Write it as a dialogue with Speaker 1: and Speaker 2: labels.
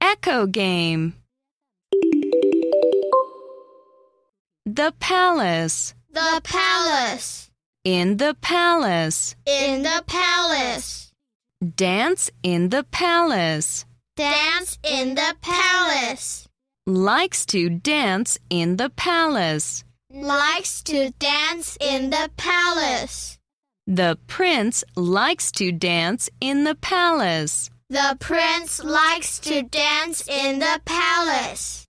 Speaker 1: Echo game. The palace.
Speaker 2: The palace.
Speaker 1: In the palace.
Speaker 2: In the palace.
Speaker 1: Dance in the palace.
Speaker 2: Dance in the palace.
Speaker 1: Likes to dance in the palace.
Speaker 2: Likes to dance in the palace.
Speaker 1: The prince likes to dance in the palace.
Speaker 2: The prince likes to dance in the palace.